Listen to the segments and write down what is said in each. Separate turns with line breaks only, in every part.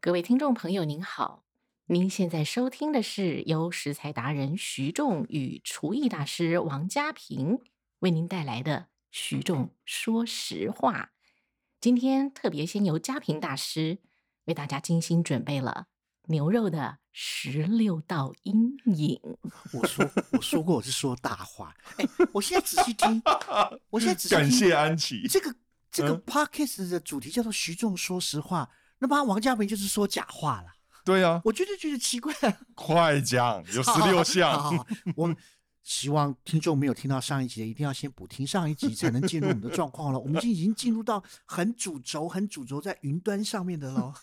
各位听众朋友，您好，您现在收听的是由食材达人徐仲与厨艺大师王家平为您带来的《徐仲说实话》。今天特别先由家平大师为大家精心准备了牛肉的十六道阴影。
我说我说过我是说大话，哎、我现在仔细听， 我现在仔细听
感谢安琪，
这个这个
嗯
podcast 的主题叫做徐仲说实话，那么王家平就是说假话了，
对啊，
我觉得觉得奇怪。啊
快讲，有十六
好好
项，
好我们希望听众没有听到上一集的，一定要先补听上一集，才能进入我们的状况了。我们已经进入到很主轴、很主轴在云端上面的喽。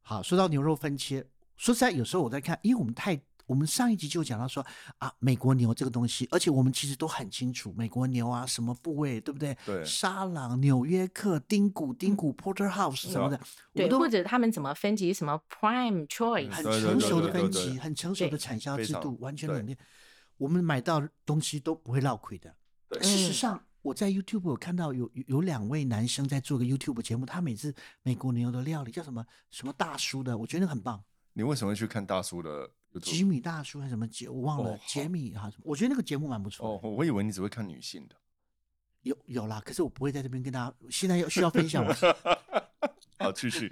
好，说到牛肉分切，说实在，有时候我在看，因为我们太。我们上一集就讲到说啊，美国牛这个东西，而且我们其实都很清楚，美国牛啊什么部位，对不对？
对
沙朗、纽约客、丁骨、丁骨 porterhouse 什么的，我
对
们，都
或者他们怎么分级什么 prime choice，
很
嗯对对
成熟的
对对
分
对
级，
对
很成熟的
对
产销
非
制
常
度，完全
对
冷链。我们买到东西都不会落亏的。
对
事实上，我在 YouTube 有看到有有有两位男生在做个 YouTube 节目，他每次美国牛的料理叫什么什么大叔的，我觉得很棒，
你为什么会去看大叔的 YouTube？
吉米大叔还是什么杰，我忘了
嗯哦好，
杰米啊什么，我觉得那个节目蛮不错
哦
的。，
我以为你只会看女性的
有有啦，可是我不会在这边跟大家，现在要需要分享吗？
好，继续，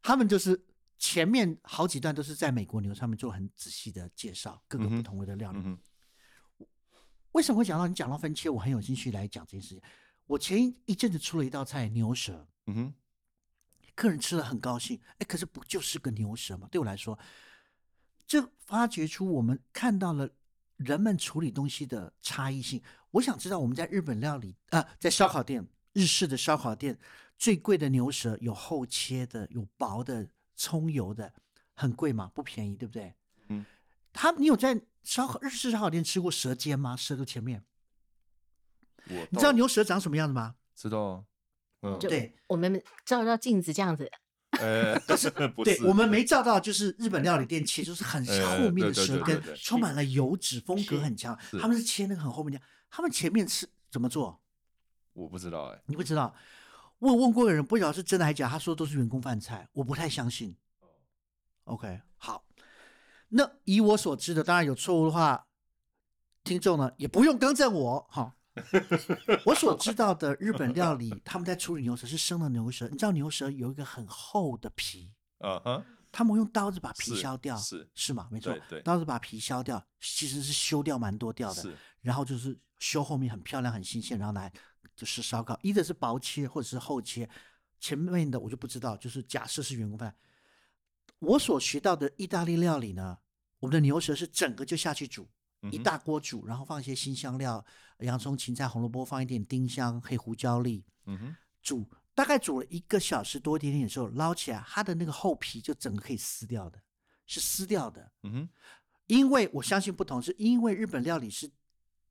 他们就是前面好几段都是在美国牛上面做很仔细的介绍各个
嗯
不
哼
同的料理
嗯，哼，
为什么会讲到你讲到分切？我很有兴趣来讲这件事情。我前一阵子出了一道菜牛舌，
嗯哼，
客人吃了很高兴，哎，可是不就是个牛舌吗？对我来说，这发掘出我们看到了人们处理东西的差异性。我想知道我们在日本料理啊、在烧烤店，日式的烧烤店最贵的牛舌有厚切的，有薄的，葱油的，很贵吗？不便宜，对不对？
嗯，
他你有在烧烤日式烧烤店吃过舌尖吗？舌头前面。
我
你知道
到
牛舌长什么样子吗？
知道啊，嗯，
就
对
我们照照镜子这样子，
哎，不是，不
对
是，，
我们没照到，就是日本料理店切，就是很
呃
后面的舌
对
根
对对对，
充满了油脂，风格
是
很强。
是
他们是切那个很后面的，他们前面是怎么做？
我不知道，哎，
你不知道。我有问过有人，不晓得是真的还是假，他说都是员工饭菜，我不太相信。OK，好。那以我所知的，当然有错误的话，听众呢也不用更正我 哈。我所知道的日本料理，他们在处理牛舌是生的牛舌，你知道牛舌有一个很厚的皮，
啊哈，
他们用刀子把皮
是
削掉，
是
是吗？没错
对，对
刀子把皮削掉，其实是修掉蛮多掉的
是。
然后就是修后面很漂亮、很新鲜，然后来就是烧烤，either 是薄切或者是厚切，前面的我就不知道。就是假设是员工饭，我所学到的意大利料理呢，我们的牛舌是整个就下去煮，
嗯哼
一大锅煮，然后放一些新香料，洋葱、芹菜、红萝卜，放一点丁香、黑胡椒粒，
嗯哼，
煮大概煮了一个小时多一点点的时候，捞起来，它的那个厚皮就整个可以撕掉的，是撕掉的。
嗯哼，
因为我相信不同，是因为日本料理是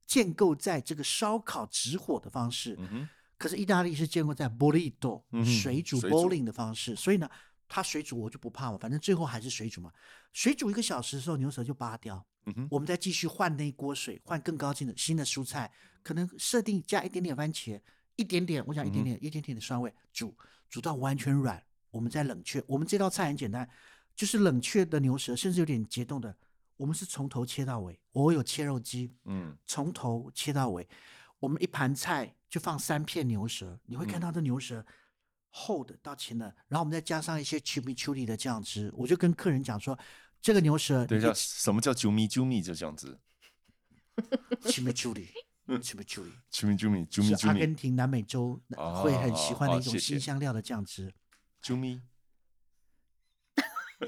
建构在这个烧烤直火的方式，
嗯哼，
可是意大利是建构在 burrito、
嗯哼
水煮
水煮
bowling 的方式，所以呢，它水煮我就不怕嘛，反正最后还是水煮嘛。水煮一个小时的时候，牛舌就扒掉，
嗯哼，
我们再继续换那一锅水，换更高级的新的蔬菜，可能设定加一点点番茄，一点点，我讲一点点，一点点的酸味，煮煮到完全软，我们再冷却。我们这道菜很简单，就是冷却的牛舌，甚至有点结冻的，我们是从头切到尾。我有切肉机，
嗯，
从头切到尾，我们一盘菜就放三片牛舌，你会看到这牛舌厚的到轻的，然后我们再加上一些 chimichurri 的酱汁，我就跟客人讲说，这个牛舌
等一下，什么叫啾咪啾咪？就这样子，
，chimichurri，chimichurri
啾咪啾咪，啾咪
是
啾
阿
咪，
根廷、南美洲
哦
会很喜欢的一
哦
种
谢谢
新香料的酱汁。
啾咪，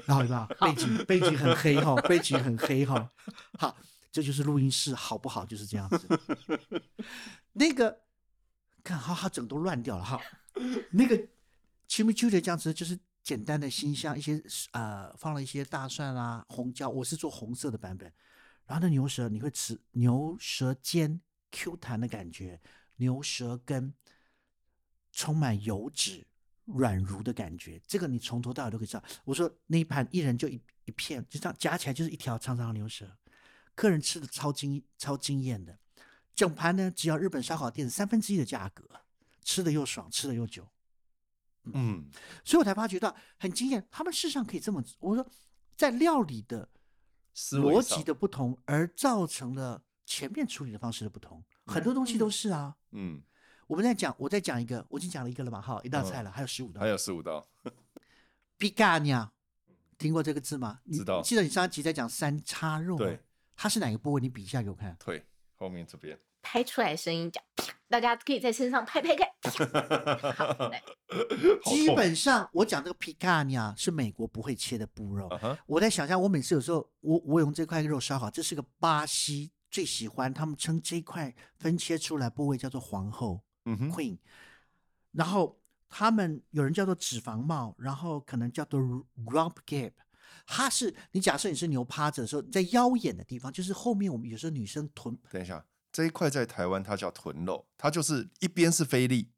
然后有没有背景背景很黑 哈，背景很黑哈，好，这就是录音室好不好？就是这样子。那个，看好好整都乱掉了哈。那个 chimichurri 的酱汁就是简单的新香，一些呃放了一些大蒜啦、红椒，我是做红色的版本。然后那牛舌你会吃牛舌尖 Q 弹的感觉，牛舌根充满油脂、软茹的感觉，这个你从头到尾都可以吃到。我说那一盘一人就一一片，就这样夹起来就是一条长长的牛舌，客人吃的超惊超惊艳的。整盘呢只要日本烧烤店三分之一的价格，吃的又爽，吃的又久。
嗯，
所以我才发觉到很惊艳，他们事实上可以这么，我说在料理的
思维
逻
上
辑的，不同，而造成了前面处理的方式的不同，很多东西都是啊。
嗯，
我们在讲，我在讲一个，我已经讲了一个了嘛，哈，一道菜了，还有十五道
还。有十五道，
b i g a n a 听过这个字吗？你
知道
记得你上一集在讲三叉肉吗
对，
它是哪个部位？你比一下给我看。
腿后面这边，
拍出来声音讲，啪大家可以在身上拍拍看。好来
好
基
痛
本上，我讲这个 picanha 是美国不会切的部肉。
啊哈，
我在想象，我每次有时候，我我用这块肉烧好，这是个巴西最喜欢，他们称这块分切出来部位叫做皇后
嗯哼，
queen，然后他们有人叫做脂肪帽，然后可能叫做 rump gap。它是你假设你是牛趴着的时候，你在腰眼的地方，就是后面我们有时候女生臀
等一下，这一块在台湾它叫臀肉，它就是一边是菲力，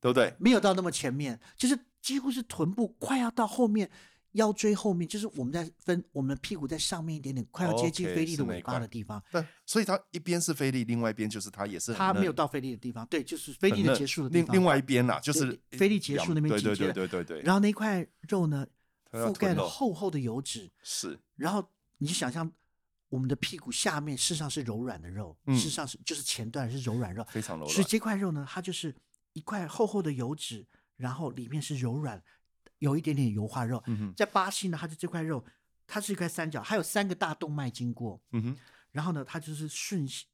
对不对？
没有到那么前面，就是几乎是臀部快要到后面，腰椎后面，就是我们在分我们的屁股在上面一点点，快要接近
OK，
菲力的
是那
尾
一
巴
块
的地方。
但所以它一边是菲力，另外一边就是它也是很
它没有
嫩
到菲力的地方，对，就是菲力
很
的
嫩
结束的地
另
方。
另外一边啦，就是
对菲力结束那边
对
紧
对
接着
对对对对，
然后那块肉呢，
它叫
覆盖
臀
了
肉
厚厚的油脂，
是
然后你就想象我们的屁股下面事实上是柔软的肉，
嗯
事实上是就是前段是柔软肉，
非常柔
所以
软，
这块肉呢，它就是一块厚厚的油脂，然后里面是柔软，有一点点油化肉。
嗯哼
在巴西呢，它就这块肉，它是一块三角，还有三个大动脉经过，
嗯哼，
然后呢，它就是顺势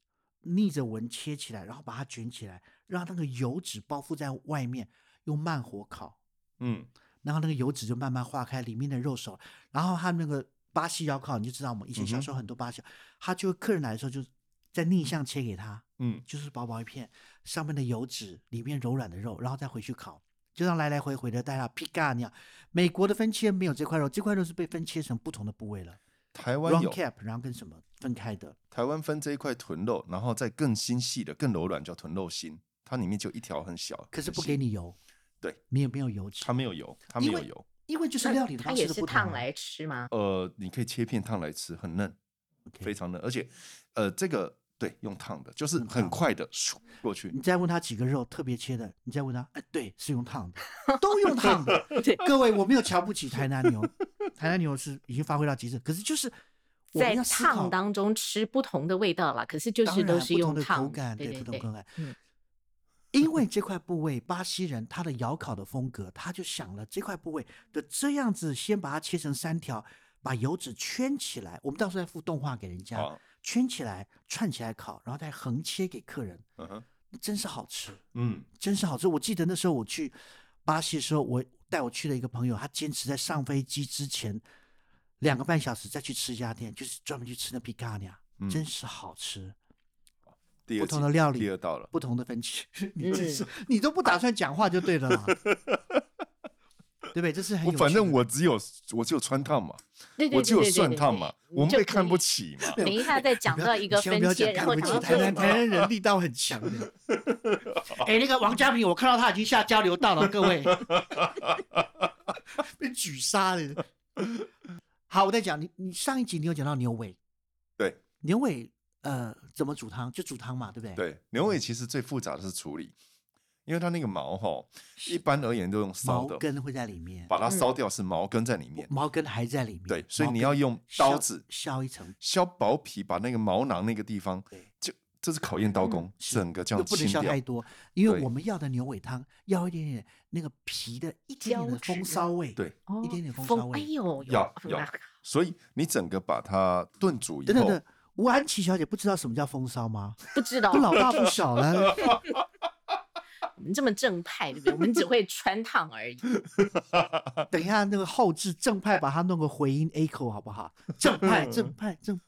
逆着纹切起来，然后把它卷起来，让那个油脂包覆在外面，用慢火烤，
嗯，
然后那个油脂就慢慢化开里面的肉熟，然后它那个巴西烧烤，你就知道我们以前
嗯
小时候很多巴西，它就客人来的时候就在逆向切给他，
嗯，
就是薄薄一片，上面的油脂，里面柔软的肉，然后再回去烤，就像来来回回的带它劈嘎那样。美国的分切没有这块肉，这块肉是被分切成不同的部位了
台湾
，round
有
cap，然后跟什么分开的。
台湾分这一块臀肉，然后再更心细的、更柔软叫臀肉心，它里面就一条很小，
可是
很
不
细
给，你油，
对，
没有没有油脂
它，没有油，它没
因
有
为
油，
因为就是
那
料理的
它
方
也
式都
是
不同啊。
烫来吃吗？
呃，你可以切片烫来吃，很嫩，
OK
非常嫩，而且呃，这个对用烫的，就是
用烫嗯
很快的咻过去
你，再问他几个肉特别切的，你再问他，哎，对，是用烫的，都用烫的。 各位，我没有瞧不起台南牛，台南牛是已经发挥到极致，可是就是我
在
们要思考
烫当中吃不同的味道啦，可是就
当
是都
然啊
是
不同
用
的
烫
口感，
对对
不同口感。
嗯
因为这块部位，巴西人他的窑烤的风格，他就想了这块部位的这样子，先把它切成三条，把油脂圈起来。我们到时候再附动画给人家，
好，
圈起来、串起来烤，然后再横切给客人，
嗯哼，
真是好吃，
嗯，
真是好吃。我记得那时候我去巴西的时候，我带我去的一个朋友，他坚持在上飞机之前两个半小时再去吃一家店，就是专门去吃那皮卡尼亚，
嗯
真是好吃。
第
不
二
同
集
的料理
第二道了，
不同的分歧， 你真是、你都不打算讲话就对了嘛，对不 对？这是很
我
有
反
趣的
正我只有我只有穿烫嘛，
对对对
我只有
对对
算
对
烫
对
嘛，
你
我们
就
被
可
看不
以。
起 嘛，
等一下再讲哦
不要
到一个
你千
分
万不要
切，然
讲看
后
不
讲
起
到
台南
这
台
个，
南人力道很强的。 哎，那个王家平，我看到他已经下交流道了，各位， 被举杀了。好，我再讲，你你上一集你有讲到牛尾，
对，
牛尾呃怎么煮汤就煮汤嘛，对不对？，
对，牛尾其实最复杂的是处理，因为它那个毛哈，一般而言都用
毛
烧的，
根会在里面，
把它
嗯
烧掉是毛根在里面。
毛根还在里面，
对，所以
毛
你
根
要用
削
刀子
削一层，
削薄皮，把那个毛囊那个地方
对，嗯
就这是考验刀工，
是
整个这
又
样
不能
清
削
掉
太。多，因为
对
我们要的牛尾汤要一点点那个皮的一点点的
胶质
风骚味，
对，
哦
一点点风骚
风，哎
味。
呦，有
要
风
要
啊
所以你整个把它炖煮以
等等
后，
等，吴安琪小姐不知道什么叫风骚 吗？
不知道
都老大不小了，
我们这么正派，对不对？我们只会穿烫而已。
等一下那个后置正派把它弄个回音 A 口好不 好？正派正派正派。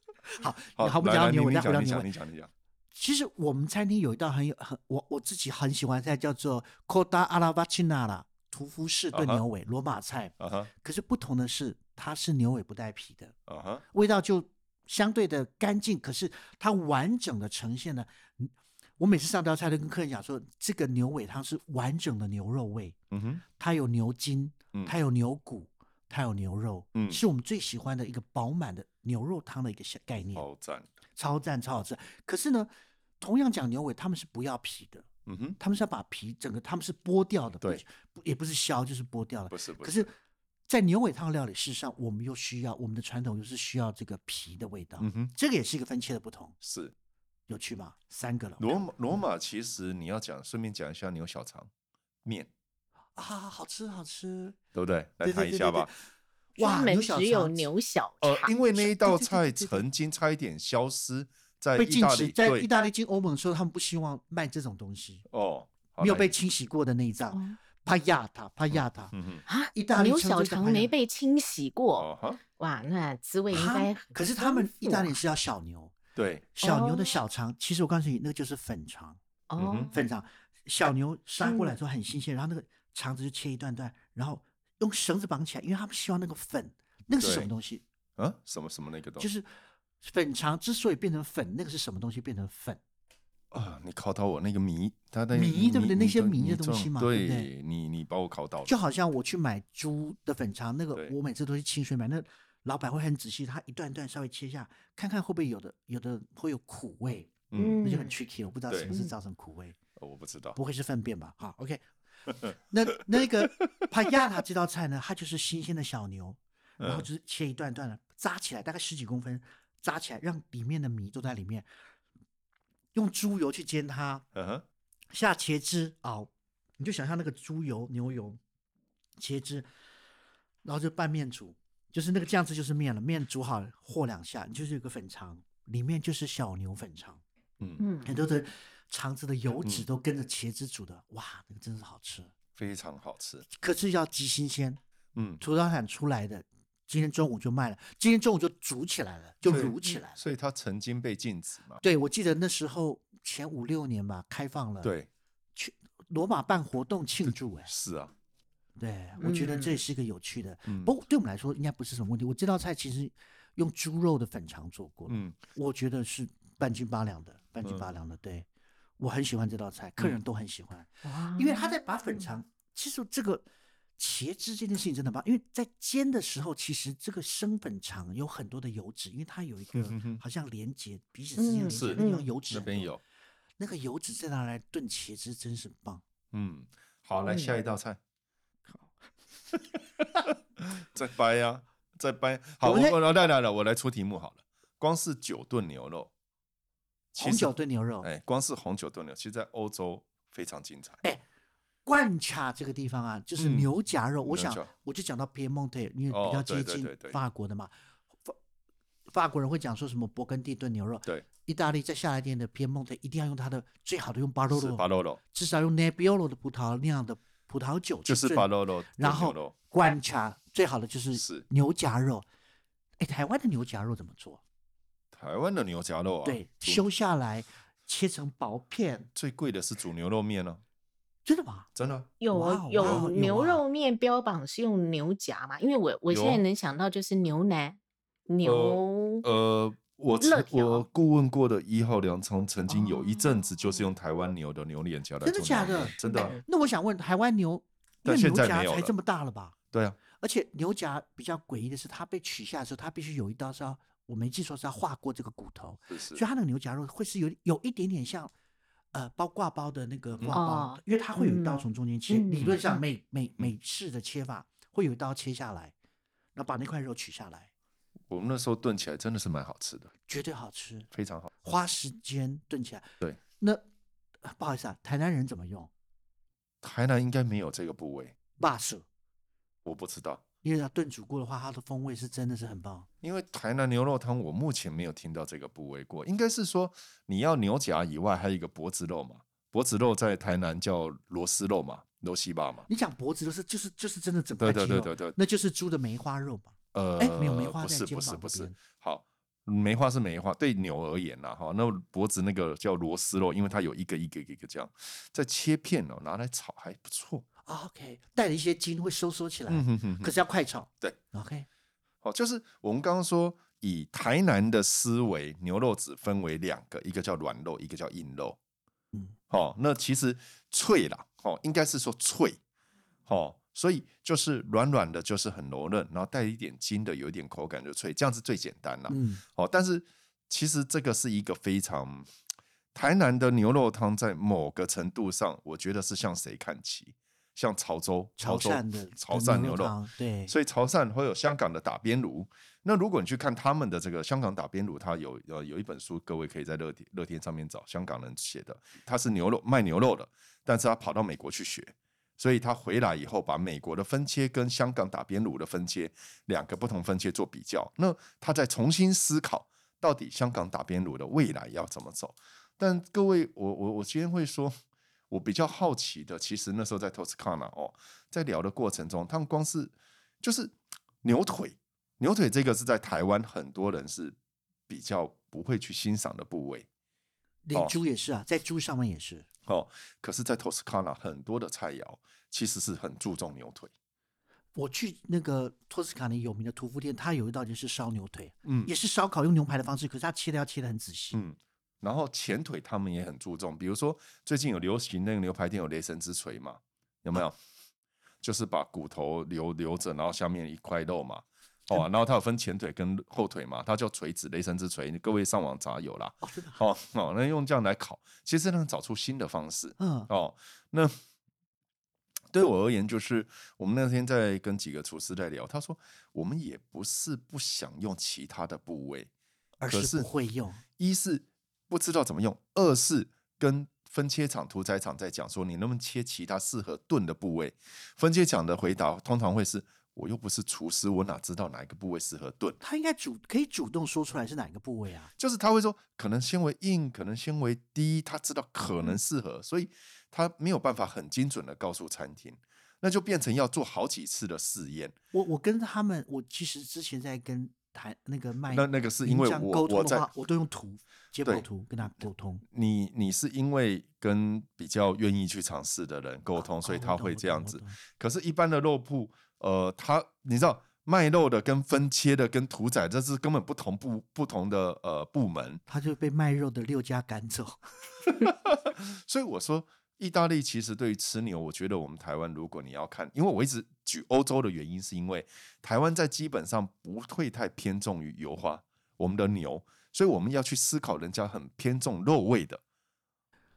好，
好，
好，我们
来
讲到
来
牛
你
尾，再
你
回到
讲，
牛
你讲，
尾。
你讲，你讲。
其实我们餐厅有一道很有很我我自己很喜欢的菜叫做 Coda alla Vacina 啦，屠夫式炖
啊哈
牛尾罗马菜。
啊哈，
可是不同的是，它是牛尾不带皮的。
啊哈，
味道就相对的干净，可是它完整的呈现了。嗯我每次上道菜都跟客人讲说，这个牛尾汤是完整的牛肉味，
嗯哼，
它有牛筋
嗯，
它有牛骨，它有牛肉，
嗯
是我们最喜欢的一个饱满的牛肉汤的一个小
哦
概念，
好赞。
超赞超好吃。可是呢，同样讲牛尾，他们是不要皮的，
嗯哼，
他们是要把皮整个，他们是剥掉的，不
对
不也不是削，就是剥掉
不
了。
是不
可
是，
是，在牛尾汤料理，事实上我们又需要我们的传统又是需要这个皮的味道，
嗯哼，
这个也是一个分切的不同，
是
有趣吗？三个了，
罗马罗马其实你要讲，顺便讲一下牛小肠面，
啊，好吃好吃，
对不对？来
对
谈
对
一
对
下
对
吧。
哇，
专门
牛小
只有
肠
牛小
呃，
肠，
因为那一道
对对
菜
对对对
曾经差一点消失在
被
意
禁
大
止，
利，
在意
对
大利进欧盟的时候，他们不希望卖这种东西，
哦，好
没有
来
被清洗过的内脏，
哦
帕亚塔帕亚塔，
嗯哼，
啊
意大利
牛
称这
小
个
肠
哎呀
没被清洗过，
哦哈，
哇，那滋味应
哈
该
可是他们意大利人
是
是要小牛，
对，
小牛
哦
的小肠，其实我告诉你，那个就是粉肠，
哦
嗯哼，嗯
粉肠，小牛杀过来之后很新鲜，然后那个肠子就切一段段，然后用绳子绑起来，因为他们希望那个粉，那个是什
对
么东西？
啊，什么什么那个东西，
就是粉肠之所以变成粉，那个是什么东西变成粉？
啊，你考到我那个谜，他的
谜对不对那些谜的
中
东西嘛对
对
不对
你你把我考到了，
就好像我去买猪的粉肠，那个
对
我每次都是清水买，那老板会很仔细，他一段一段稍微切下，看看会不会有的有的会有苦味，
嗯，
那就很 tricky，我不知道
对
什么是
嗯
造成苦味，
呃我不知道，
不会是粪便吧？好，OK。那那个帕亚塔这道菜呢，它就是新鲜的小牛，然后
嗯
就是切一段段的扎起来，大概十几公分扎起来，让里面的米都在里面，用猪油去煎它，
嗯哼，
下茄汁熬，你就想象那个猪油、牛油、茄汁，然后就拌面煮，就是那个酱汁就是面了，面煮好了和两下，你就是有个粉肠，里面就是小牛粉肠，
嗯，
嗯
很多的肠子的油脂
嗯
都跟着茄汁煮的，哇，那个真是好吃。
非常好吃，
可是要极新鲜，
嗯，
土特产出来的，今天中午就卖了，今天中午就煮起来了，就
对嗯
卤起来了。
所以它曾经被禁止嘛，
对，我记得那时候前五六年吧，开放了，，
对，
罗马办活动庆祝、哎，
是啊，
对，我觉得
嗯
这也是一个有趣的。
嗯
不过对我们来说应该不是什么问题。我这道菜其实用猪肉的粉肠做过，
嗯，
我觉得是半斤八两的，半斤
嗯
八两的。对，我很喜欢这道菜，客人都很喜欢，
哇
嗯因为他在
哦
把粉肠，其实这个茄汁这件事情真的棒，因为在煎的时候，其实这个生粉肠有很多的油脂，因为它有一个
嗯哼哼
好像连接彼此之间的
嗯
连接，
是
那地方油脂
那
很
边
多
有，
那个油脂再拿来炖茄汁，真是棒。
嗯，好，
哦
来
嗯
下一道菜， 再掰呀、啊，再掰，好，
我
我
们
我来来来，我来出题目好了，光是九炖牛肉，其
红
实
酒炖牛肉，
哎，光是红酒炖牛，其实在欧洲非常精彩。
哎冠卡这个地方啊，就是
嗯
牛夹肉。我
牛
想
夹
我就讲到 Piemonte，因为
哦
比较接
对对
近
对对
法国的嘛。法法国人会讲说什么勃艮第炖牛肉，
对，
意大利再下来一点的 Piemonte 一定要用它的最好的用巴洛
是巴
洛，
洛洛，
至少用 Nebbiolo 的葡萄酿的葡萄酒去
就是
炖
巴洛洛炖
然
牛肉
后冠卡最好的就是
是
牛夹肉。哎，台湾的牛夹肉怎么做？
台湾的牛夹肉啊，
对，
煮
修下来切成薄片，
最贵的是煮牛肉面哦，
真的吗？
真的啊
有
哇
啊
哦哇
有
哦有
牛
啊
肉面标榜是用牛夹嘛？因为我我现
有
在能想到就是牛腩、牛
嗯
呃，我曾
肋条
我顾问过的一号粮仓曾经有一阵子就是用
哦
台湾牛的牛脸夹来
真的
做
假
牛
的
肉
哎嗯
面真的啊，
那我想问，台湾牛，因
但
为
现
牛
在
夹
没有
才
了
这么大了吧？
对啊，
而且牛夹比较诡异的是，它被取下的时候，它必须有一刀是要，我没记错是要划过这个骨头，
是
所以
是
它那个牛夹肉会是有有一点点像，呃，包挂包的那
嗯
个挂包，
哦
因为它会有一刀
嗯
从中间切，
嗯
理论上
嗯
美美美式的切法会有一刀切下来，然后把那块肉取下来，
我们那时候炖起来真的是蛮好吃的，
绝对好吃，
非常好。
花时间炖起来。
对，
那呃不好意思啊，台南人怎么用？
台南应该没有这个部位，
辣手，
我不知道，
因为它炖煮过的话，它的风味是真的是很棒。
因为台南牛肉汤我目前没有听到这个部位过，应该是说你要牛夹以外还有一个脖子肉嘛，脖子肉在台南叫螺丝肉嘛，螺西巴嘛。
你讲脖子都是就是就是真的整块
对
肌肉，
对对对对，
那就是猪的梅花肉吧？
呃，
哎没有梅花
不
在
是
肩
不是
膀
不
这
是
边，
好，嗯梅花是梅花，对牛而言啦哈，那脖子那个叫螺丝肉，因为它有一个一个一个这样，再切片哦，拿来炒还不错。
啊 OK，带了一些筋会收缩起来，
嗯哼哼哼
可，是要快炒。
对
，OK，
哦，就是我们刚刚说，以台南的思维，牛肉只分为两个，一个叫软肉，一个叫硬肉。
嗯，
哦，那其实脆啦，哦，应该是说脆，哦，所以就是软软的，就是很柔韧，然后带一点筋的，有一点口感就脆，这样是最简单啦。
嗯，
哦，但是其实这个是一个非常台南的牛肉汤在某个程度上，我觉得是向谁看齐？像潮州、
潮
州
汕的
潮
的
汕
牛
牛
肉
肉
汤，对
所以潮汕会有香港的打边炉。那如果你去看他们的这个香港打边炉，它有呃有一本书，各位可以在乐天乐天上面找，香港人写的，他是牛肉卖牛肉的，但是他跑到美国去学，所以他回来以后把美国的分切跟香港打边炉的分切两个不同分切做比较，那他再重新思考到底香港打边炉的未来要怎么走。但各位，我我我今天会说，我比较好奇的，其实那时候在 Toscana 哦，在聊的过程中，他们光是就是牛腿，牛腿这个是在台湾很多人是比较不会去欣赏的部位
连猪也是啊，在猪上面也是。
哦，可是，在 Toscana 很多的菜肴其实是很注重牛腿，
我去那个托斯卡尼有名的屠夫店，它有一道就是烧牛腿，
嗯
也是烧烤用牛排的方式，可是它切的要切的很仔细。
嗯，然后前腿他们也很注重，比如说最近有流行那个牛排店有雷神之锤嘛，有没
嗯
有？就是把骨头留留着，然后下面一块肉嘛，
嗯
哦，然后它有分前腿跟后腿嘛，它叫锤子，雷神之锤，各位上网查有啦。
哦，真的啊，
哦哦，那用这样来烤，其实能找出新的方式。
嗯，
哦，那对我而言，就是我们那天在跟几个厨师在聊，他说我们也不是不想用其他的部位，
而
可
是
是
不会用。
一是不知道怎么用，二是跟分切厂、屠宰厂在讲说你能不能切其他适合炖的部位。分切厂的回答通常会是：我又不是厨师，我哪知道哪一个部位适合炖？
他应该主可以主动说出来是哪一个部位啊？
就是他会说，可能纤维硬，可能纤维低，他知道可能适合，所以他没有办法很精准的告诉餐厅，那就变成要做好几次的试验。
我我跟他们，我其实之前在跟台那个卖
那那个是因为
名将
我
沟通
我
的
在
话，我都用图解剖
对
图跟他沟通。
你你是因为跟比较愿意去尝试的人沟通，
哦
所以
我
他
懂
会
我
这
懂
样
我
子
懂。
可是，一般的肉铺，呃，他你知道卖肉的跟分切的跟屠宰，这是根本不同部不同的呃部门。
他就被卖肉的六家赶走。
所以我说，意大利其实对于吃牛，我觉得我们台湾如果你要看，因为我一直举欧洲的原因，是因为台湾在基本上不会太偏重于油花，我们的牛，所以我们要去思考人家很偏重肉味的。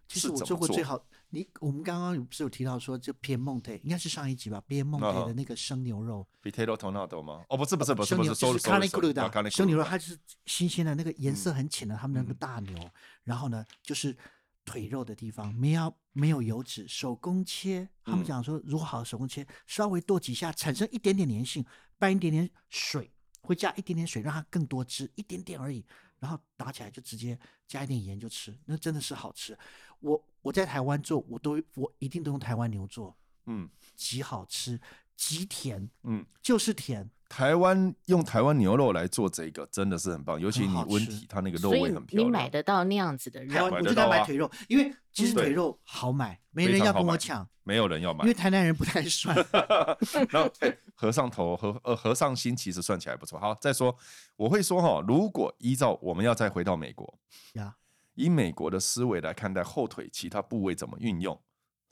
其
是
实我
怎
做
么
过最
做
好，你我们刚刚有不是有提到说，就皮蒙特应该是上一集吧，皮蒙
啊
特
哈
的那个生牛肉，
potato tornado 吗？哦，不是不是不是
生
不
牛
是，
就是
sorry，sorry，
carne
sorry，啊
cruda，
carne
生牛肉
cruda
它就是新鲜的，那个颜
嗯
色很浅的，他们那个大牛，然后呢就是腿肉的地方没有没有油脂，手工切，他们
嗯
讲说如果好手工切，稍微剁几下产生一点点粘性，拌一点点水，会加一点点水让它更多汁，一点点而已，然后打起来就直接加一点盐就吃，那真的是好吃。我我在台湾做，我都我一定都用台湾牛做，
嗯
极好吃，极甜，
嗯，
就是甜。
台湾用台湾牛肉来做这个真的是很棒，尤其
很
你
好
温
吃
体，它那个肉
所以
味很漂
你
亮。
买得到那样子的
台
肉
湾，
买
我
得
就在
到
买
啊嗯
腿肉，因为其实
对
腿肉好买，没
非
人
常
要
好
跟我
买
抢，
没有人要买
因为，台南人不太涮。
然后、哎和尚头和呃和尚心其实算起来不错。好，再说我会说哈，如果依照我们要再回到美国，
呀，
以美国的思维来看待后腿其他部位怎么运用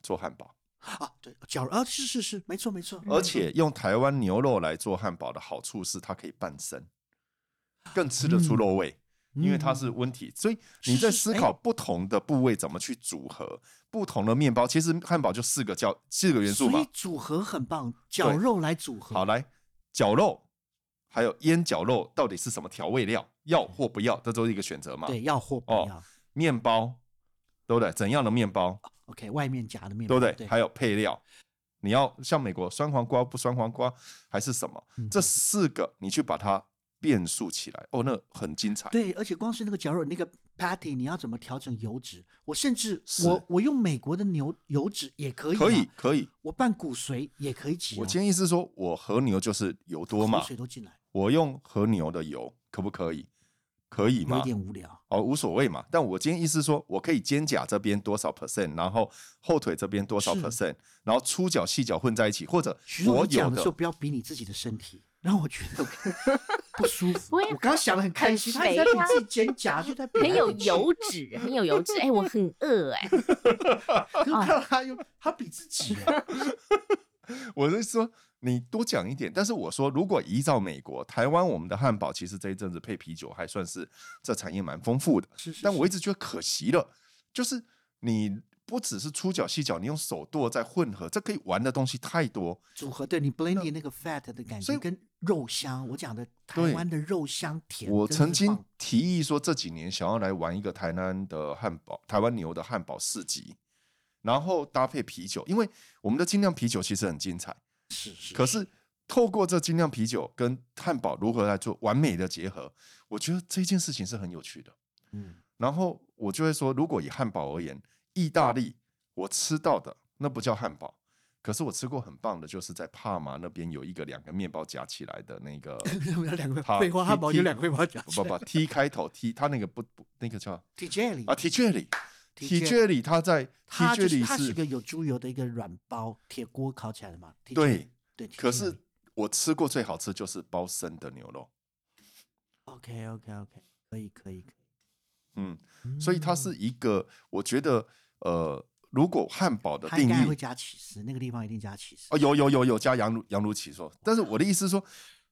做汉堡，
啊，对，绞肉啊，是是是，没错没错。
而且用台湾牛肉来做汉堡的好处是它可以半生，更吃得出
嗯
肉味。因为它是
嗯
温体，所以
是
你在
是是
思
哎
考不同的部位怎么去组合不同的面包。其实汉堡就四个叫四个元素
所以
嘛。
组合很棒，绞肉来组合。
好，，来绞肉，还有腌绞肉，到底是什么调味料？要或不要，这都是一个选择嘛。
对，要或不
哦
要。
面包，对不对？怎样的面包，
OK，外面夹哦的面
对不
包，
对？还有配料，你要像美国酸黄瓜不酸黄瓜还是什么？
嗯
这四个你去把它变数起来，哦，那很精彩。
对，而且光是那个绞肉那个 patty，你要怎么调整油脂？我甚至
是
我我用美国的牛油脂也可以、啊，
可以，可以。
我拌骨髓也可以挤、啊，
我建议是说，我和牛就是油多 嘛
骨，髓都进来，
我用和牛的油可不可以？可以
有一
吗？
点无聊。
哦，无所谓嘛。但我今天意思是说，我可以肩胛这边多少 percent，然后后腿这边多少
是
percent，然后粗脚细脚混在一起，或者
徐总
我有
讲的时候
的
不要比你自己的身体，让我觉 得不舒服。
我也
我刚想的很开心，他一直在
谁
比
呀
自己肩胛，就在比
很
来
有
比去。
油脂，很有油脂。哎，我很饿哎、
可是看到他又他比自 己耶，
我是说你多讲一点。但是我说，如果依照美国、台湾，我们的汉堡其实这一阵子配啤酒还算是这产业蛮丰富的。
是是
但我一
是
直觉得可惜了，就是你不只是粗脚细脚，你用手剁再混合，这可以玩的东西太多。
组合对你 blending 那个 fat 的感
所
觉
以
跟肉香，我讲的台
对
湾的肉香甜，
我
真
曾
是
经
棒
提议说，这几年想要来玩一个台南的汉堡，台湾牛的汉堡市集，然后搭配啤酒，因为我们的精酿啤酒其实很精彩。
是是
可是透过这精酿啤酒跟汉堡如何来做完美的结合，我觉得这件事情是很有趣的。
嗯
然后我就会说，如果以汉堡而言，意大利我吃到的那不叫汉堡，可是我吃过很棒的，就是在帕马那边有一个两个面包夹起来的 那个
有两个
塔，
桂花汉堡有两个桂花夹
夹，不不不 T 开头 T，它那个不不那个叫
，T J 里
啊 T 卷里
T
T
J
卷里，它在 T
它就
卷
是
里
它是一
是
个有猪油的一个软包，铁锅烤起来的嘛。T
对，
对，
可是我吃过最好吃就是包生的牛肉，
OK OK OK，可以可以可
嗯，
以。
所以它是一个我觉得呃，如果汉堡的
它
定
应该
义
会加起司，那个地方一定加起司。
哦，有有有有加羊乳羊乳起司，但是我的意思是说，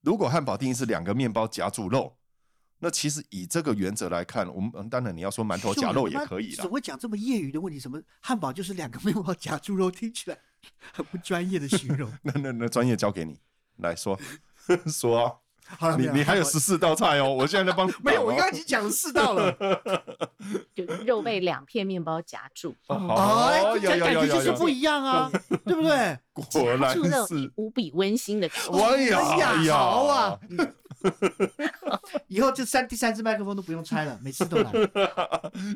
如果汉堡定义是两个面包夹住肉，那其实以这个原则来看，我们嗯当然你要说馒头
是
夹
我
肉
他
也
妈
可以啦
怎。么讲这么业余的问题？什么汉堡就是两个面包夹猪肉，听起来很不专业的形容。
那那那专业交给你来说 说啊，
好了，
你你还有
十
十四道菜哦，我现在在帮你
没有？我
挡哦
刚刚已经讲了四道 了。
就肉被两片面包夹住，嗯
哦好
哦，
哦有
这
有
感
有
觉
有
就是
有
不一样啊，对不 对？
果然
住那
是
种。无比温馨的感觉。
哎呀
哎呀
哎呀
好啊！ 以后这三第三支麦克风都不用拆了，每次都来。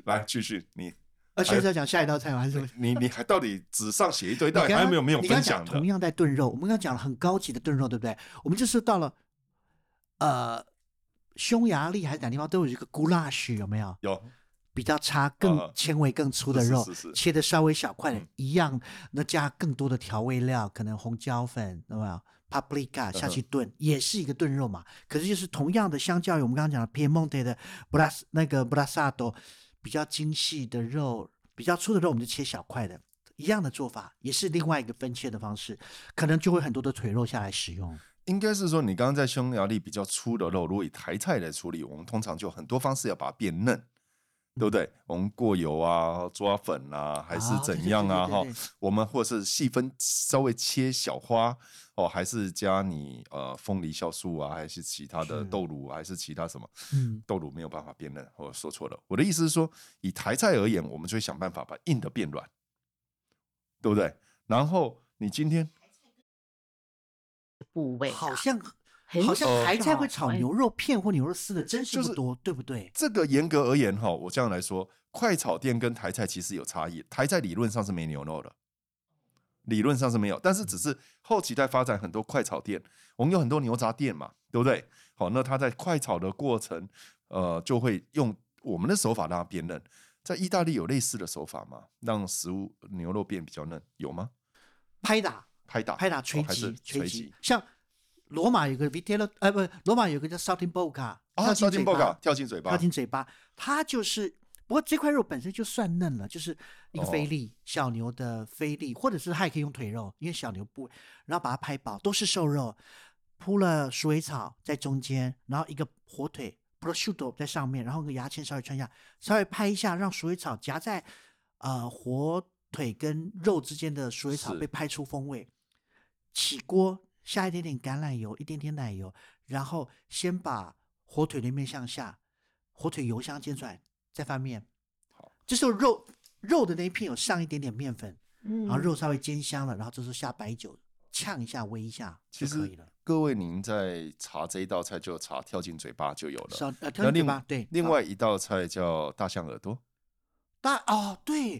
来继续，你
而且是要讲下一道菜吗？还是什么？
你你还到底纸上写一堆，
你
到底
刚
还
刚
有没有没有
你刚刚
分
讲
享的
同？样在炖肉，我们刚刚讲了很高级的炖肉，对不对？我们就是到了呃匈牙利还是哪地方都有一个 goulash，有没有？
有
比较差、更
啊
纤维更粗的
是是
肉，
是是
切的稍微小块点
嗯，
一样，那加更多的调味料，可能红椒粉，对吧？paprika
嗯
下去炖，也是一个炖肉嘛。可是就是同样的，相较于我们刚刚讲的 Piemonte 的 bras 那个 brasado，比较精细的肉，比较粗的肉，我们就切小块的。一样的做法，也是另外一个分切的方式，可能就会很多的腿肉下来使用。
应该是说，你刚刚在匈牙利比较粗的肉，如果以台菜来处理，我们通常就很多方式要把它变嫩，对不对？我们过油啊、抓粉啊，还是
啊对
怎样啊？
对对
哈、
对对
我们或是细分稍微切小花哦，还是加你呃凤梨酵素啊，还是其他的
是
豆乳，还是其他什么？
嗯，
豆乳没有办法变嫩，我说错了。我的意思是说，以台菜而言，我们就会想办法把硬的变软，对不对？然后你今天
部位啊，
好像
很
好像
少
台菜会炒
哎
牛肉片或牛肉丝的，真是
就是
不多，对不对？
这个严格而言哈，我这样来说，快炒店跟台菜其实有差异。台菜理论上是没牛肉的，理论上是没有，但是只是后期在发展很多快炒店，我们有很多牛杂店嘛，对不对？好，那它在快炒的过程，呃，就会用我们的手法让它变嫩。在意大利有类似的手法吗？让食物牛肉变比较嫩，有吗？
拍打
拍打，
拍打
哦
锤
还是
击
锤
击
击，
像罗马有个 vitello，呃，不，罗马有个叫 salting bocca，跳
啊，跳
进
进
嘴
爆
巴
嘎，跳进嘴
跳
巴，
进嘴巴，它就是。不过这块肉本身就算嫩了，就是一个菲
哦
力、小牛的菲力，或者是它也可以用腿肉，因为小牛不，然后把它拍薄，都是瘦肉，铺了鼠尾草在中间，然后一个火腿 prosciutto 在上面，然后用个牙签稍微穿一下，稍微拍一下，让鼠尾草夹在呃火腿跟肉之间的鼠尾草
是
被拍出风味，起锅下一点点橄榄油，一点点奶油，然后先把火腿的面向下，火腿油香煎出来，再翻面。
好，
这时候肉肉的那一片有上一点点面粉，
嗯
然
啊
后肉稍微煎香了，然后这时候下白酒呛一下煨一下
其
就可以
实
了。
各位，您在查这一道菜就查跳进嘴巴就有了。
少呃，
那
挑对
另
吧？对，
另
好
外一道菜叫大象耳朵，
大哦对，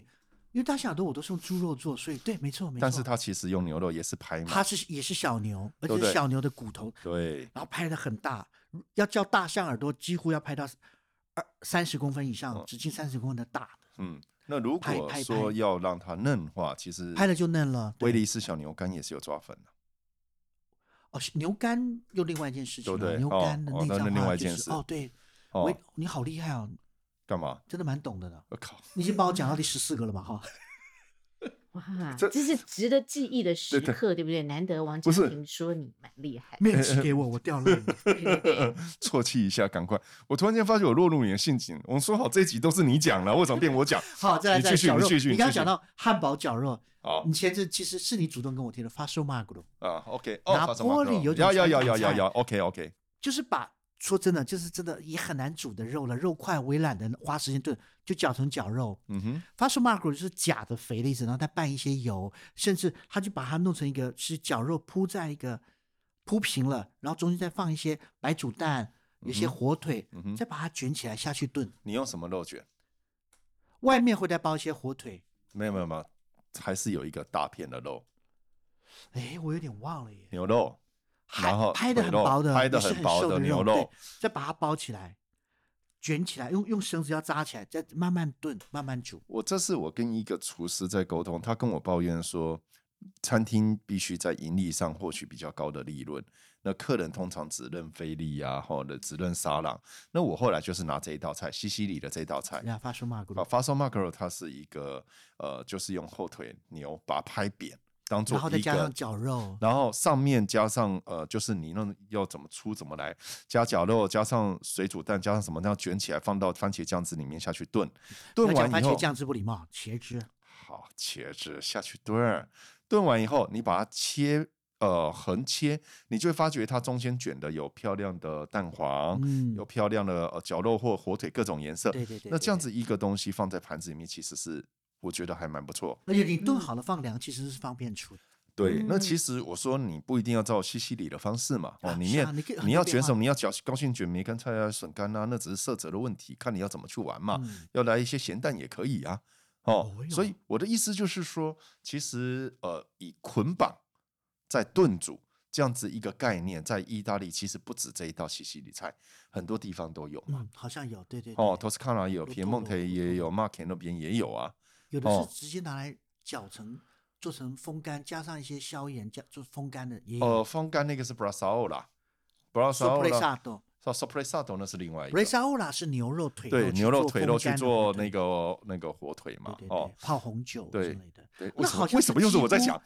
因为大象耳朵我都是用猪肉做，所以对，没错没错。
但是它其实用牛肉也是拍嘛
它。是也是小牛，而
对
且
不
是
对
小牛的骨头，
对，
然后拍的很大，要叫大象耳朵几乎要拍到二三十公分以上，直径三十公分的大
嗯，那如
拍
果
拍
说
拍
要让它嫩化，其实
拍了就嫩了。对
威利斯小牛肝也是有抓粉的，
哦，是牛肝又另外一件事情
对
了，
不对
牛
哦
肝的
哦
内
那
脏
是另
化
外一
就
件
是
事
哦，对，
哦
喂，，你好厉害哦，
干嘛？
真的蛮懂的呢。
我靠，
你已经帮我讲到第十四个了吧？哈，
哇，
这
这是值得记忆的时
对对
刻，对不对？难得王
不
家
是
平说你蛮厉害，
面子给我，我掉泪 了。
对对对，
啜泣一下，赶快！我突然间发觉我落入你的陷阱。我们说好这一集都是你讲了，为什么变我讲？
好，再来
你
再
继
来
续
绞
你
肉。
继续
你
你
刚刚
继续
讲到汉堡绞肉，
好
你前阵其实是你主动跟我提的发售麻古
啊，OK，哦，
拿
发生了
玻璃有点
要要要
像
要要
菜
要，OK OK，
就是把说真的，就是真的也很难煮的肉了，肉块微懒的花时间炖，就绞成绞肉。
嗯哼，
发售麻古就是假的肥的意思，然后再拌一些油，甚至他就把它弄成一个是绞肉铺在一个铺平了，然后中间再放一些白煮蛋，有些
嗯哼
火腿，
嗯哼嗯
再把它卷起来下去炖。
你用什么肉卷？
外面会再包一些火腿，
没有没有没有，还是有一个大片的肉，
哎，我有点忘了耶。
牛肉，
还
然后
拍的
腿
很
肉
薄的，
拍
也
得
是
很
很
薄
瘦
的
的
牛
对
肉
再把它包起来，卷起来，用用绳子要扎起来，再慢慢炖，慢慢煮。
我这次我跟一个厨师在沟通，他跟我抱怨说，餐厅必须在盈利上获取比较高的利润。那客人通常只认菲力啊，或者只认沙朗。那我后来就是拿这一道菜，西西里的这一道菜，
然后发生马古
啊，发烧 m a c r o 它是一个呃，就是用后腿牛把它拍扁，当做
然后再
一
加上
个。
绞肉，
然后上面加上呃，就是你那要怎么出怎么来，加绞肉，加上水煮蛋，加上什么，那样卷起来放到番茄酱汁里面下去炖，
不
炖
要讲
完
番
以后
茄，酱汁不礼貌，茄汁
好，茄子下去炖儿，炖完以后你把它切，呃，横切，你就会发觉它中间卷的有漂亮的蛋黄，
嗯
有漂亮的呃绞肉或火腿各种颜色。
对对对
那
对
这样
对
子一个东西放在盘子里面，其实是我觉得还蛮不错。
而且你炖
嗯
好了放凉，其实是方便出的。
对，那
嗯
其实我说你不一定要照西西里的方式嘛，哦，
啊
里
是
面、
啊你可以有很
你
多
要
变
卷
化
什么，你要绞高兴卷梅干菜啊、笋干啊，那只是色泽的问题，看你要怎么去玩嘛。
嗯
要来一些咸蛋也可以啊。哦
哦，哟
所以我的意思就是说，其实呃，以捆绑在炖煮这样子一个概念，在意大利其实不止这一道西西里菜，很多地方都有嘛。
嗯，好像有，对对
哦，
对
托斯卡纳也有，
多
皮
多
蒙
罗
特
多
也有，马肯那边也有啊。
有的
哦
是直接拿来绞成做成风干，加上一些消炎，加做风干的也
呃，
有。
风干那个是 brasao 啦，brasao 啦
Sopressado。
，sopressado 那是另外一
布雷
个。
萨欧拉是牛肉腿肉
对，
去
牛肉
做
腿
风
肉去
干的
做
火腿
那个那个火腿嘛
对对，
哦
对，，泡红酒之
对
类的。
对，为
那
什么
好像
为什么又是我在讲？？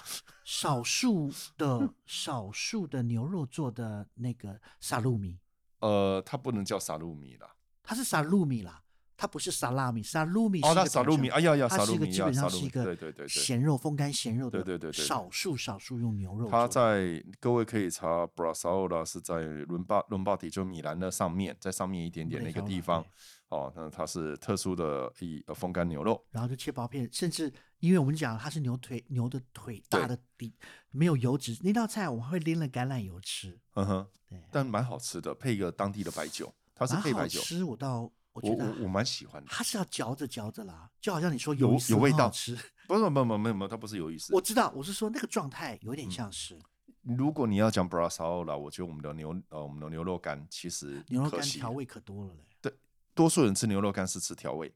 少数的少数的牛肉做的那个萨路米，
呃，它不能叫萨鲁米啦，
它是萨路米啦，它不是萨拉米。萨路米
哦，
是一
那
个
萨
品
鲁米，
种
哎呀呀，
它
萨
是
鲁
一个
米
基
呀，
本
萨
上
鲁
是
米，
一
对
个
对对对。
咸肉风干咸肉的，
对对对对对
少数少数用牛肉做的。
他在各位可以查 b r a s a o l a 是在伦巴伦巴底，就米兰的上面，在上面一点点的一个地方
对
哦。那它是特殊的一呃风干牛肉，
然后就切薄片，甚至因为我们讲它是牛腿，牛的腿大
对
的底没有油脂，那道菜我们会淋了橄榄油吃，
嗯哼，
对，
但蛮好吃的，配一个当地的白酒，它是
蛮
配
好
白酒，
吃。我倒我
我
觉
我
得啊
我蛮喜欢的。
它是要嚼着嚼着啦，就好像你说
有
鱿鱼丝
有味
很好
道
吃。
不是，没有没有没有没有，它不是有意思。
我知道，我是说那个状态有
嗯
点像是、
如果你要讲 b r a s a o l a 我觉得我们的牛呃我们的牛肉干其实
牛肉
可
干
惜
调味可多了嘞。
多数人吃牛肉干是吃调味，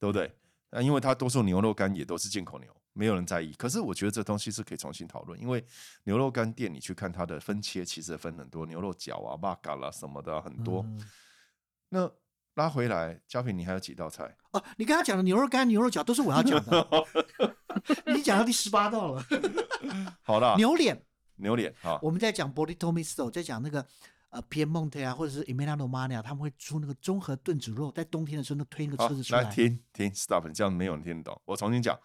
对不对？
嗯
那因为它多数牛肉干也都是进口牛，没有人在意。可是我觉得这东西是可以重新讨论，因为牛肉干店你去看它的分切，其实分很多，牛肉角啊、巴嘎啦什么的啊、很多。
嗯
那拉回来，嘉平，你还有几道菜？
哦，你刚刚讲的牛肉干、牛肉饺都是我 要讲的，你讲到第十八道了。
好啦，
牛脸，
牛脸啊，
我们在讲 Bolito Misto，在讲那个呃 Piemonte 啊，或者是 Emilia Romagna，他们会出那个综合炖煮肉，在冬天的时候，那推那个
好
车子，出
来停停，stop，这样没有人听得懂。我重新讲。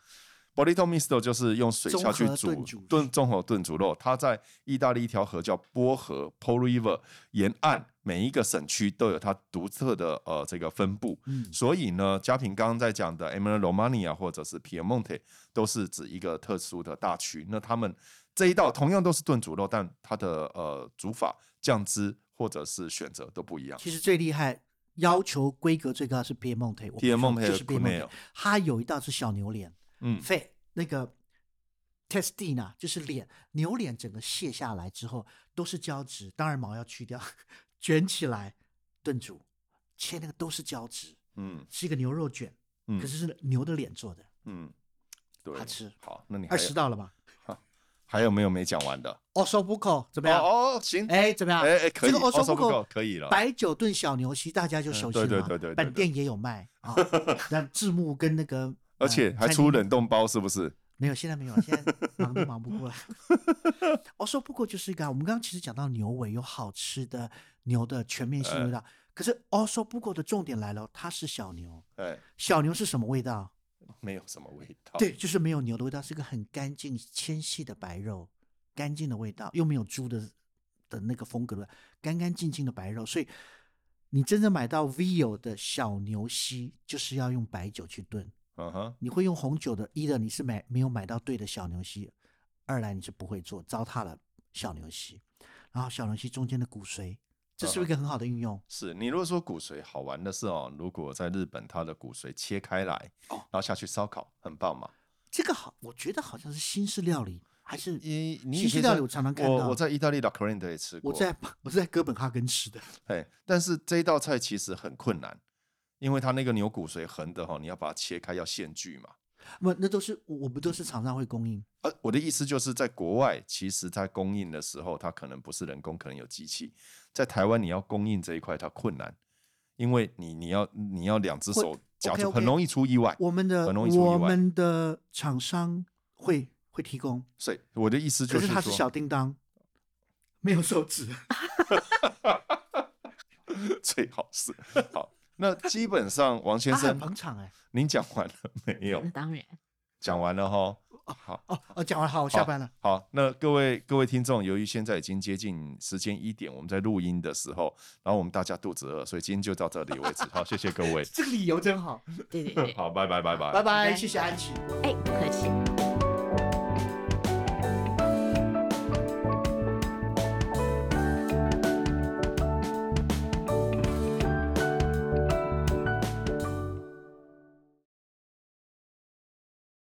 Bolito misto 就是用水下去
综合
煮
炖煮
炖综合炖煮肉，它在意大利一条河叫波河 （Po River） 沿岸，每一个省区都有它独特的呃这个分布。
嗯，
所以呢，嘉平刚刚在讲的 Emilia Romagna 啊或者是 Piemonte 都是指一个特殊的大区。那他们这一道同样都是炖煮肉，但它的呃煮法、酱汁或者是选择都不一样。
其实最厉害。要求规格最高的是 Piemonte，我不说
Piemonte
就是 Piemonte，
Cuneo
它有一道是小牛脸，
嗯，
肺那个 testina 就是脸牛脸整个卸下来之后都是胶质，当然毛要去掉， 卷起来炖煮，切那个都是胶质，
嗯
是一个牛肉卷，
嗯
可是是牛的脸做的，
嗯，对，
好吃
好，那你还
二
有
十道了吧？
还有没有没讲完的？
哦，手不口怎么样？
哦哦，行，
哎，怎么样？
哎哎可以
这个
Osso
手
Buco 可以了
白酒炖小牛其实大家就熟悉了嘛，
嗯对对对对对
本店也有卖啊。那字幕跟那个，
而且
呃
还
餐
出
厅
冷冻包，是不是？
没有，现在没 有，现在忙都忙不过来。我说不过就是一个啊，我们刚刚其实讲到牛尾有好吃的牛的全面性
呃
味道，可是哦说不过的重点来了，它是小牛，
哎，
小牛是什么味道？
没有什么味道。
对，，就是没有牛的味道，是个很干净纤细的白肉，干净的味道，又没有猪的的那个风格的味道，干干净净的白肉。所以你真正买到 Vio 的小牛膝，就是要用白酒去炖。
嗯哼，
你会用红酒的，一的你是买没有买到对的小牛膝，二来你是不会做，糟蹋了小牛膝。然后小牛膝中间的骨髓，这是不
嗯
是一个很好的运用？
是你如果说骨髓好玩的是哦，如果在日本它的骨髓切开来，
哦
然后下去烧烤，很棒嘛。
这个好，我觉得好像是新式料理，还是
你你
西
以
式
前
料
在
理我常常看到
我我在意大利的 c o r i n d e 也吃过，
我在我在哥本哈根吃的。
哎，但是这一道菜其实很困难，因为它那个牛骨髓横的哈、你要把它切开要现锯嘛。
不，那都是我们都是厂商会供应。
呃，我的意思就是在国外，其实它供应的时候，它可能不是人工，可能有机器。在台湾，你要供应这一块，它困难，因为你你要你要两只
会
手夹住，
OK，OK
很容易出意外。
我们的
很容易出意外
我们的厂商会会提供，
所以我的意思就
可是它
说，
是小叮当，没有手指。
最好是好。那基本上，王先
他
生
很，捧场哎。
您讲完了没有
那？当然，
讲完了哈。好，
哦哦，讲完了好，我下班了。。
好，那各位各位听众，由于现在已经接近时间一点，我们在录音的时候，然后我们大家肚子饿，所以今天就到这里为止。好，谢谢各位
这个理由真好，
对对对，
好，拜拜拜拜。
拜
拜拜，
拜
谢谢安琪。
哎，不客气。